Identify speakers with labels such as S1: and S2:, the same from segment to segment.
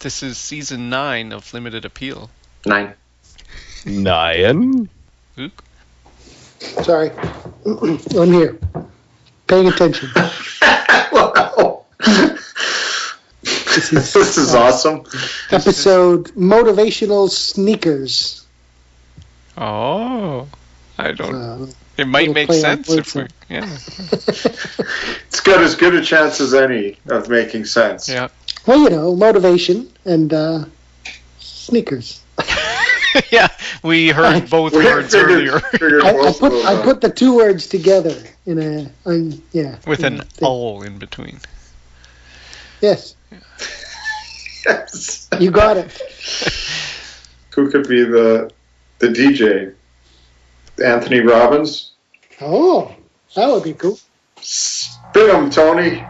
S1: This is season nine of Limited Appeal.
S2: Nine.
S3: Nyan?
S1: Luke?
S4: Sorry. I'm here. Paying attention.
S2: wow. this is, awesome.
S4: Episode Motivational Sneakers.
S1: Oh, I don't.
S4: Uh,
S1: It might
S4: little
S1: make
S4: play on
S1: sense if we.
S4: words
S1: Yeah,
S2: It's got as good a chance as any of making sense.
S1: yeah.
S4: well, you know, motivation and uh, sneakers.
S1: yeah, we heard both
S2: We
S1: words
S2: figured-
S1: earlier
S2: figured
S4: I, I
S2: both
S4: put
S2: of
S4: I
S2: them.
S4: put the two words together in a I'm, yeah
S1: with an
S4: They-
S1: all in between.
S4: yes
S2: Yes.
S4: you got it
S2: Who could be the the DJ? Anthony Robbins.
S4: oh that would be cool
S2: Spin 'em, Tony.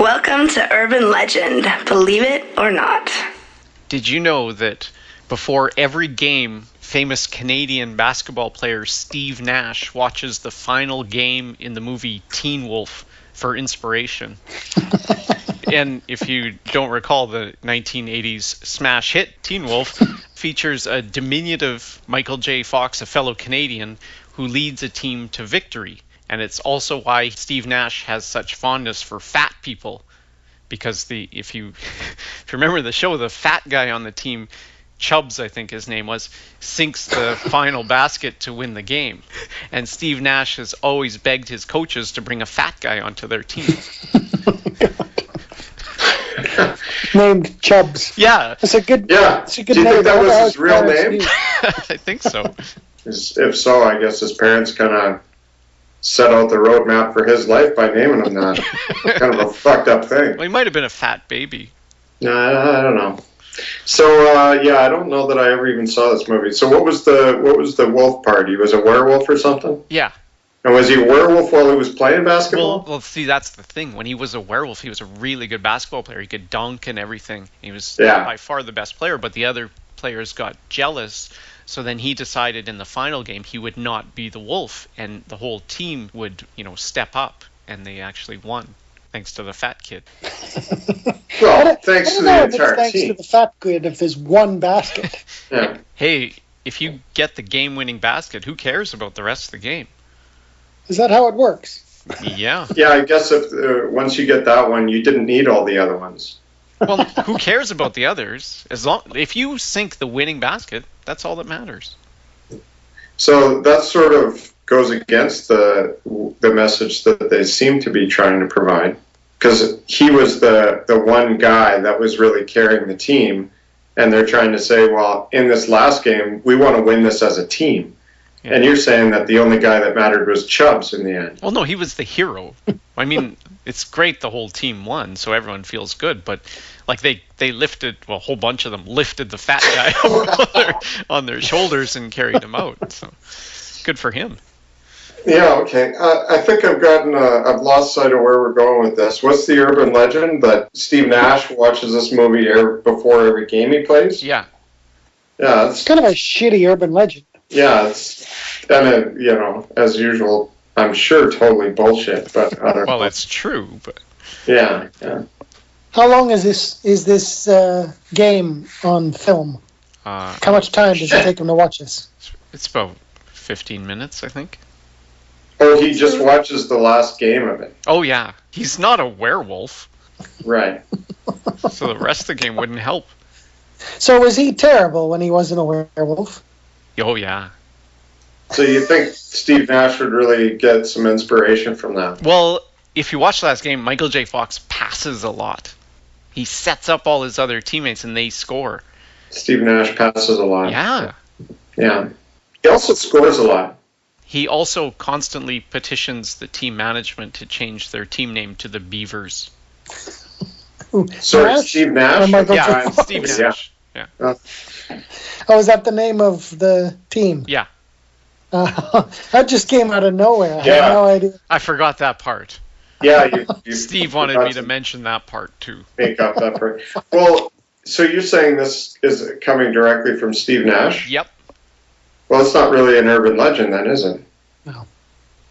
S5: Welcome to Urban Legend, believe it or not.
S1: Did you know that before every game, famous Canadian basketball player Steve Nash watches the final game in the movie Teen Wolf for inspiration? and if you don't recall, the 1980s smash hit Teen Wolf features a diminutive Michael J. Fox, a fellow Canadian, who leads a team to victory. And it's also why Steve Nash has such fondness for fat people because the if you if you remember the show, the fat guy on the team, Chubbs, I think his name was, sinks the final basket to win the game, and Steve Nash has always begged his coaches to bring a fat guy onto their team.
S4: named Chubbs
S1: yeah,
S4: that's a good
S2: Yeah.
S4: that's a
S2: Do
S4: good
S2: you
S4: name.
S2: think that
S4: How
S2: was
S4: the
S2: his
S4: hell
S2: real
S4: did
S2: name?
S4: Steve-
S1: I think so.
S2: Is- If so, I guess his parents kind of set out the roadmap for his life by naming him that. kind of a fucked up thing.
S1: Well, he might have been a fat baby.
S2: No, I, I don't know. So uh, yeah, I don't know that I ever even saw this movie. So what was the what was the wolf part? He was a werewolf or something?
S1: Yeah.
S2: And was he a werewolf while he was playing
S1: Well,
S2: basketball?
S1: well, see, that's the thing. When he was a werewolf, he was a really good basketball player. He could dunk and everything. He was
S2: Yeah.
S1: by far the best player, but the other players got jealous. So then he decided in the final game he would not be the wolf, and the whole team would, you know, step up, and they actually won thanks to the fat kid.
S4: I
S2: Well,
S4: don't-
S2: thanks
S4: I
S2: to
S4: don't know
S2: the
S4: if it's
S2: entire
S4: thanks to
S2: team.
S4: the fat grid if there's one basket
S2: Yeah.
S1: Hey, if you get the game-winning basket, who cares about the rest of the game?
S4: is that how it works
S1: Yeah.
S2: yeah, I guess if uh, once you get that one, you didn't need all the other ones.
S1: Well, who cares about the others? As long if you sink the winning basket, that's all that matters.
S2: So that sort of goes against the the message that they seem to be trying to provide, because he was the the one guy that was really carrying the team, and they're trying to say, well, in this last game, we want to win this as a team,
S1: Yeah.
S2: and you're saying that the only guy that mattered was Chubbs in the end.
S1: Well, no, he was the hero. I mean, it's great the whole team won, so everyone feels good. But like they they lifted well, a whole bunch of them lifted the fat guy on, their, on their shoulders and carried him out. So good for him.
S2: Yeah, okay. Uh, I think I've gotten, uh, I've lost sight of where we're going with this. What's the urban legend that Steve Nash watches this movie er- before every game he plays?
S1: Yeah,
S2: Yeah, it's
S4: it's kind of a shitty urban legend
S2: Yeah, it's and it, you know, as usual, I'm sure totally bullshit, but I don't
S1: well,
S2: know.
S1: it's true, but
S2: Yeah, yeah.
S4: how long is this is this uh, game on film
S1: uh,
S4: how much time does it take him to watch this
S1: it's about 15 minutes, I think.
S2: Oh, he just watches the last game of it.
S1: Oh yeah, he's not a werewolf,
S2: Right.
S1: so the rest of the game wouldn't help.
S4: so was he terrible when he wasn't a werewolf
S1: Oh yeah.
S2: So you think Steve Nash would really get some inspiration from that?
S1: Well, if you watch the last game, Michael J. Fox passes a lot. He sets up all his other teammates and they score.
S2: Steve Nash passes a lot.
S1: Yeah.
S2: Yeah. He also scores a lot.
S1: He also constantly petitions the team management to change their team name to the Beavers.
S4: Ooh,
S2: Sorry,
S4: Nash?
S2: Steve Nash.
S4: Oh, Michael
S2: Yeah,
S1: Yeah,
S4: J. Fox.
S1: Steve
S2: Yeah.
S1: Nash. Yeah.
S4: Oh, is that the name of the team?
S1: Yeah.
S4: Uh, that just came out of nowhere. I
S2: Yeah.
S4: had no idea.
S1: I forgot that part.
S2: Yeah, you, you
S1: Steve wanted me
S2: that's-
S1: to mention that part too.
S2: make up that part. Well, so you're saying this is coming directly from Steve Nash?
S1: Yep.
S2: Well, it's not really an urban legend, then, is it?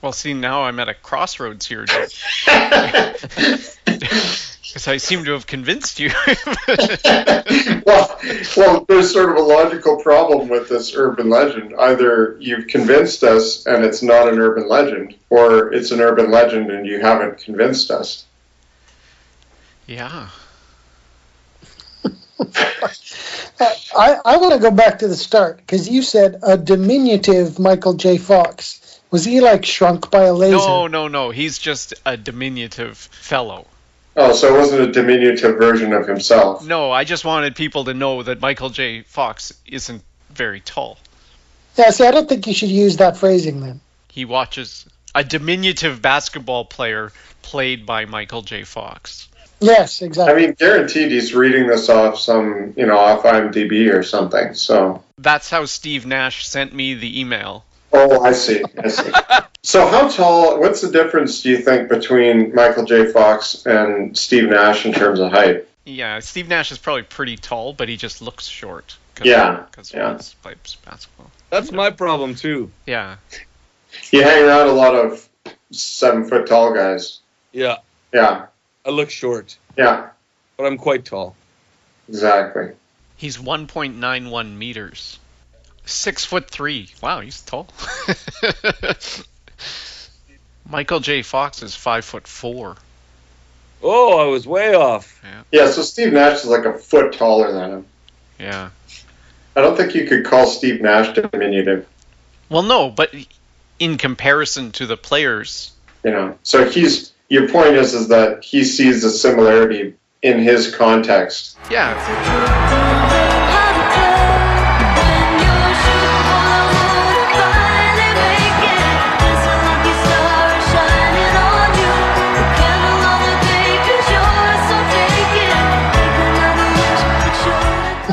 S1: Well, see, now I'm at a crossroads here because I seem to have convinced you.
S2: well, well, there's sort of a logical problem with this urban legend. Either you've convinced us and it's not an urban legend, or it's an urban legend and you haven't convinced us.
S1: yeah.
S4: Uh, I, I want to go back to the start because you said a diminutive Michael J. Fox. Was he like shrunk by a laser?
S1: No, no, no. He's just a diminutive fellow.
S2: Oh, so it wasn't a diminutive version of himself.
S1: No, I just wanted people to know that Michael J. Fox isn't very tall.
S4: Yeah, see, I don't think you should use that phrasing then.
S1: He watches a diminutive basketball player played by Michael J. Fox.
S4: Yes,
S2: I
S4: exactly.
S2: mean, guaranteed he's reading this off some, you know, off IMDb or something. So,
S1: That's how Steve Nash sent me the email.
S2: oh, I see. I see. so, how tall, what's the difference, do you think, between Michael J. Fox and Steve Nash in terms of height?
S1: Yeah, Steve Nash is probably pretty tall, but he just looks short. Cause,
S2: Yeah,
S1: Because
S2: yeah.
S1: he plays- plays basketball.
S6: That's my problem too.
S1: Yeah.
S2: You hang around a lot of seven foot tall guys.
S6: Yeah,
S2: Yeah,
S6: I look short,
S2: yeah,
S6: but I'm quite tall.
S2: exactly.
S1: He's 1.91 meters. Six foot three. Wow, he's tall. Michael J. Fox is five foot four.
S6: Oh, I was way off.
S2: Yeah, so Steve Nash is like a foot taller than him.
S1: Yeah.
S2: I don't think you could call Steve Nash diminutive,
S1: Well, no, but in comparison to the players,
S2: you know. So he's your point is is that he sees the similarity in his context.
S1: yeah,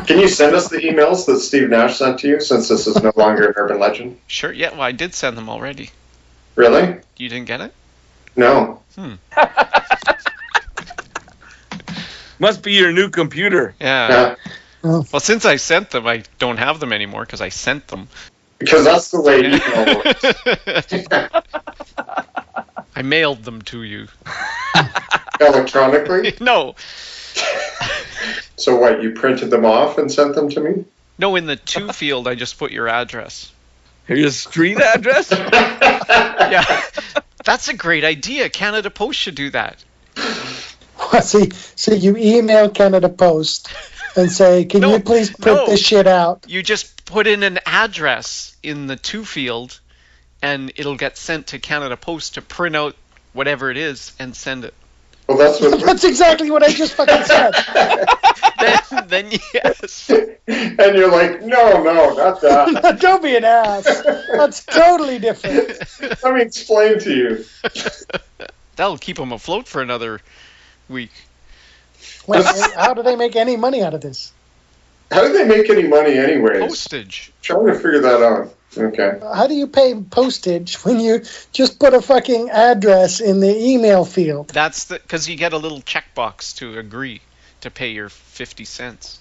S2: Can you send us the emails that Steve Nash sent to you since this is no longer an urban legend?
S1: sure. Yeah, well, I did send them already.
S2: Really?
S1: You didn't get it?
S2: No.
S6: Must be your new computer.
S1: Yeah.
S2: Yeah.
S1: Well, since I sent them, I don't have them anymore because I sent them.
S2: Because that's the way email works.
S1: I mailed them to you.
S2: electronically.
S1: No,
S2: So what, you printed them off and sent them to me?
S1: no, in the to field, I just put your address.
S6: Your street address?
S1: Yeah. That's a great idea. Canada Post should do that.
S4: see, so you email Canada Post and say, "Can
S1: No,
S4: you please print
S1: no.
S4: this shit out?"
S1: You just put in an address in the to field, and it'll get sent to Canada Post to print out whatever it is and send it.
S2: Well, that's what.
S4: That's exactly what I just fucking said.
S1: Then, then yes.
S2: and you're like, no, no, not that.
S4: Don't be an ass. That's totally different.
S2: Let me explain to you.
S1: That'll keep them afloat for another week.
S4: Wait, how do they make any money out of this?
S2: How do they make any money, anyways?
S1: Postage.
S2: Trying to figure that out. Okay.
S4: How do you pay postage when you just put a fucking address in the email field?
S1: That's the because you get a little checkbox to agree to pay your fifty cents.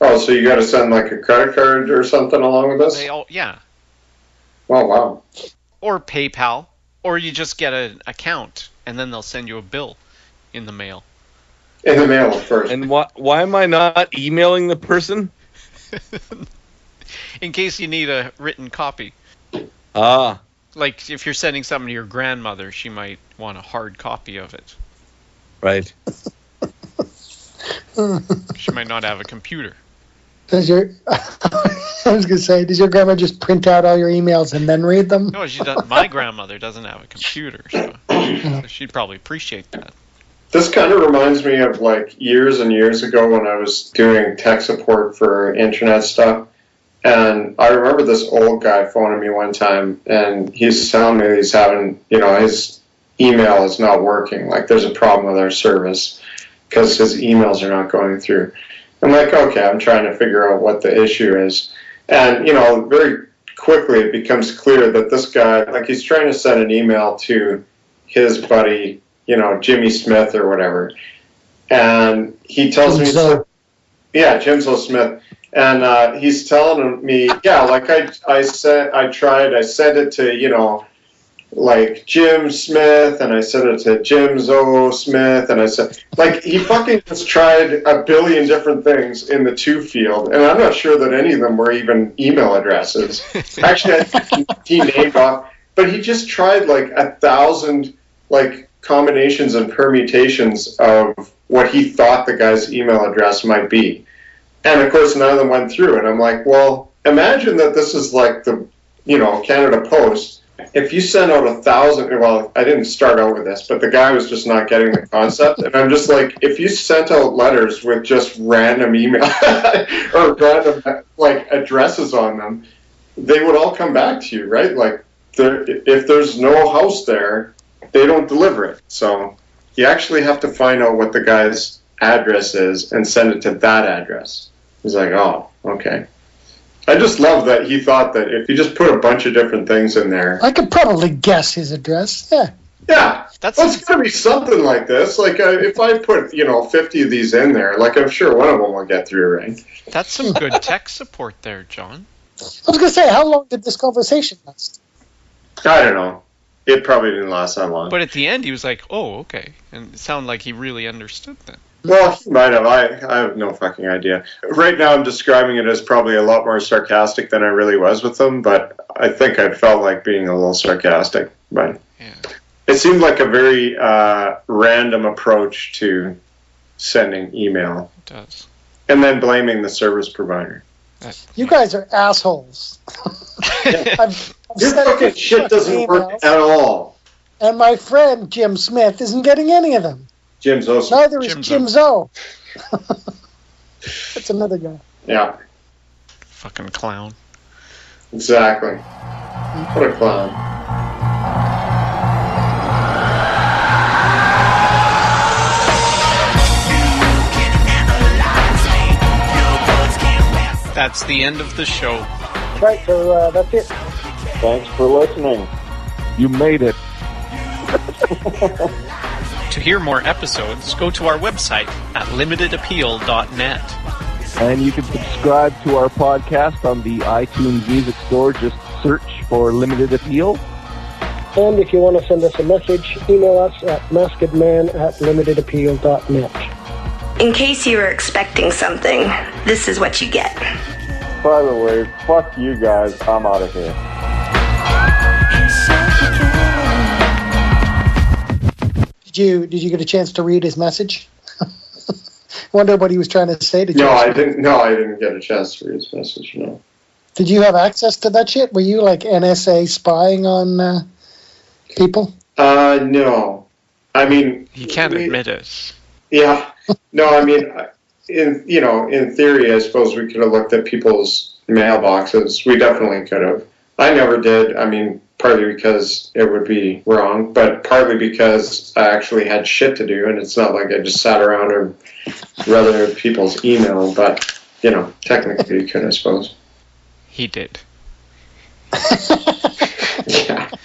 S2: Oh, so you got to send like a credit card or something along with this?
S1: They all yeah,
S2: Oh, wow.
S1: or PayPal, or you just get an account and then they'll send you a bill in the mail.
S2: In the mail, of course.
S6: and why, why am I not emailing the person?
S1: in case you need a written copy.
S6: Ah,
S1: Like if you're sending something to your grandmother, she might want a hard copy of it.
S6: right.
S1: She might not have a computer.
S4: Does your I was gonna say, does your grandma just print out all your emails and then read them?
S1: No, she does, my grandmother doesn't have a computer, so she'd probably appreciate that.
S2: This kind of reminds me of like years and years ago when I was doing tech support for internet stuff. And I remember this old guy phoning me one time and he's telling me he's having, you know, his email is not working. Like there's a problem with our service because his emails are not going through. I'm like, okay, I'm trying to figure out what the issue is. And, you know, very quickly it becomes clear that this guy, like, he's trying to send an email to his buddy, you know, Jimmy Smith or whatever. And he tells me,
S4: So-
S2: yeah, Jim Zell Smith. And uh, he's telling me, yeah, like I, I said, I tried, I sent it to, you know, like Jim Smith, and I sent it to Jim Zoe Smith, and I said, like, he fucking just tried a billion different things in the two field, and I'm not sure that any of them were even email addresses. Actually, I think he named off, but he just tried like a thousand, like, combinations and permutations of what he thought the guy's email address might be. And of course, none of them went through. And I'm like, well, imagine that this is like the, you know, Canada Post. If you send out a thousand, well, I didn't start out with this, but the guy was just not getting the concept. And I'm just like, if you sent out letters with just random email or random like addresses on them, they would all come back to you, right? Like, there, if there's no house there, they don't deliver it. So you actually have to find out what the guy's address is and send it to that address. He's like, oh, okay. I just love that he thought that if you just put a bunch of different things in there,
S4: I could probably guess his address. Yeah.
S2: yeah,
S1: That's
S2: well, it's gonna be something like this. Like uh, if I put you know fifty of these in there, like I'm sure one of them will get through, right?
S1: that's some good tech support there, John.
S4: I was going to say, how long did this conversation last?
S2: I don't know. It probably didn't last that long.
S1: But at the end, he was like, "Oh, okay," and it sounded like he really understood that.
S2: Well, he might have. I, I have no fucking idea. Right now, I'm describing it as probably a lot more sarcastic than I really was with them, but I think I felt like being a little sarcastic. But
S1: Yeah.
S2: it seemed like a very uh, random approach to sending email
S1: It does.
S2: and then blaming the service provider.
S1: That-
S4: You guys are assholes. I've, I've
S2: Your
S4: sent
S2: fucking shit doesn't work
S4: emails,
S2: at all,
S4: And my friend Jim Smith isn't getting any of them.
S2: Jim Zosin.
S4: Neither is
S1: Jim
S4: Jim Zoe. That's another guy.
S2: Yeah,
S1: Fucking clown.
S2: exactly. What a clown.
S1: That's the end of the show.
S4: Right, so uh, that's it.
S2: Thanks for listening.
S3: You made it.
S1: To hear more episodes, go to our website at limitedappeal.net.
S3: And you can subscribe to our podcast on the iTunes Music Store. Just search for Limited Appeal.
S4: And if you want to send us a message, email us at maskedman at limitedappeal.net.
S5: In case you were expecting something, this is what you get.
S2: By the way, fuck you guys. I'm out of here.
S4: Did you did you get a chance to read his message? Wonder what he was trying to say to
S2: No,
S4: you.
S2: I didn't. No, I didn't get a chance to read his message. No.
S4: Did you have access to that shit? Were you like NSA spying on uh, people?
S2: Uh, no. I mean,
S1: He can't
S2: we-
S1: admit it.
S2: Yeah. No, I mean, in you know, in theory, I suppose we could have looked at people's mailboxes. We definitely could have. I never did. I mean, partly because it would be wrong, but partly because I actually had shit to do, and it's not like I just sat around and read other people's email. But you know, technically, you could, I suppose.
S1: He did.
S2: Yeah.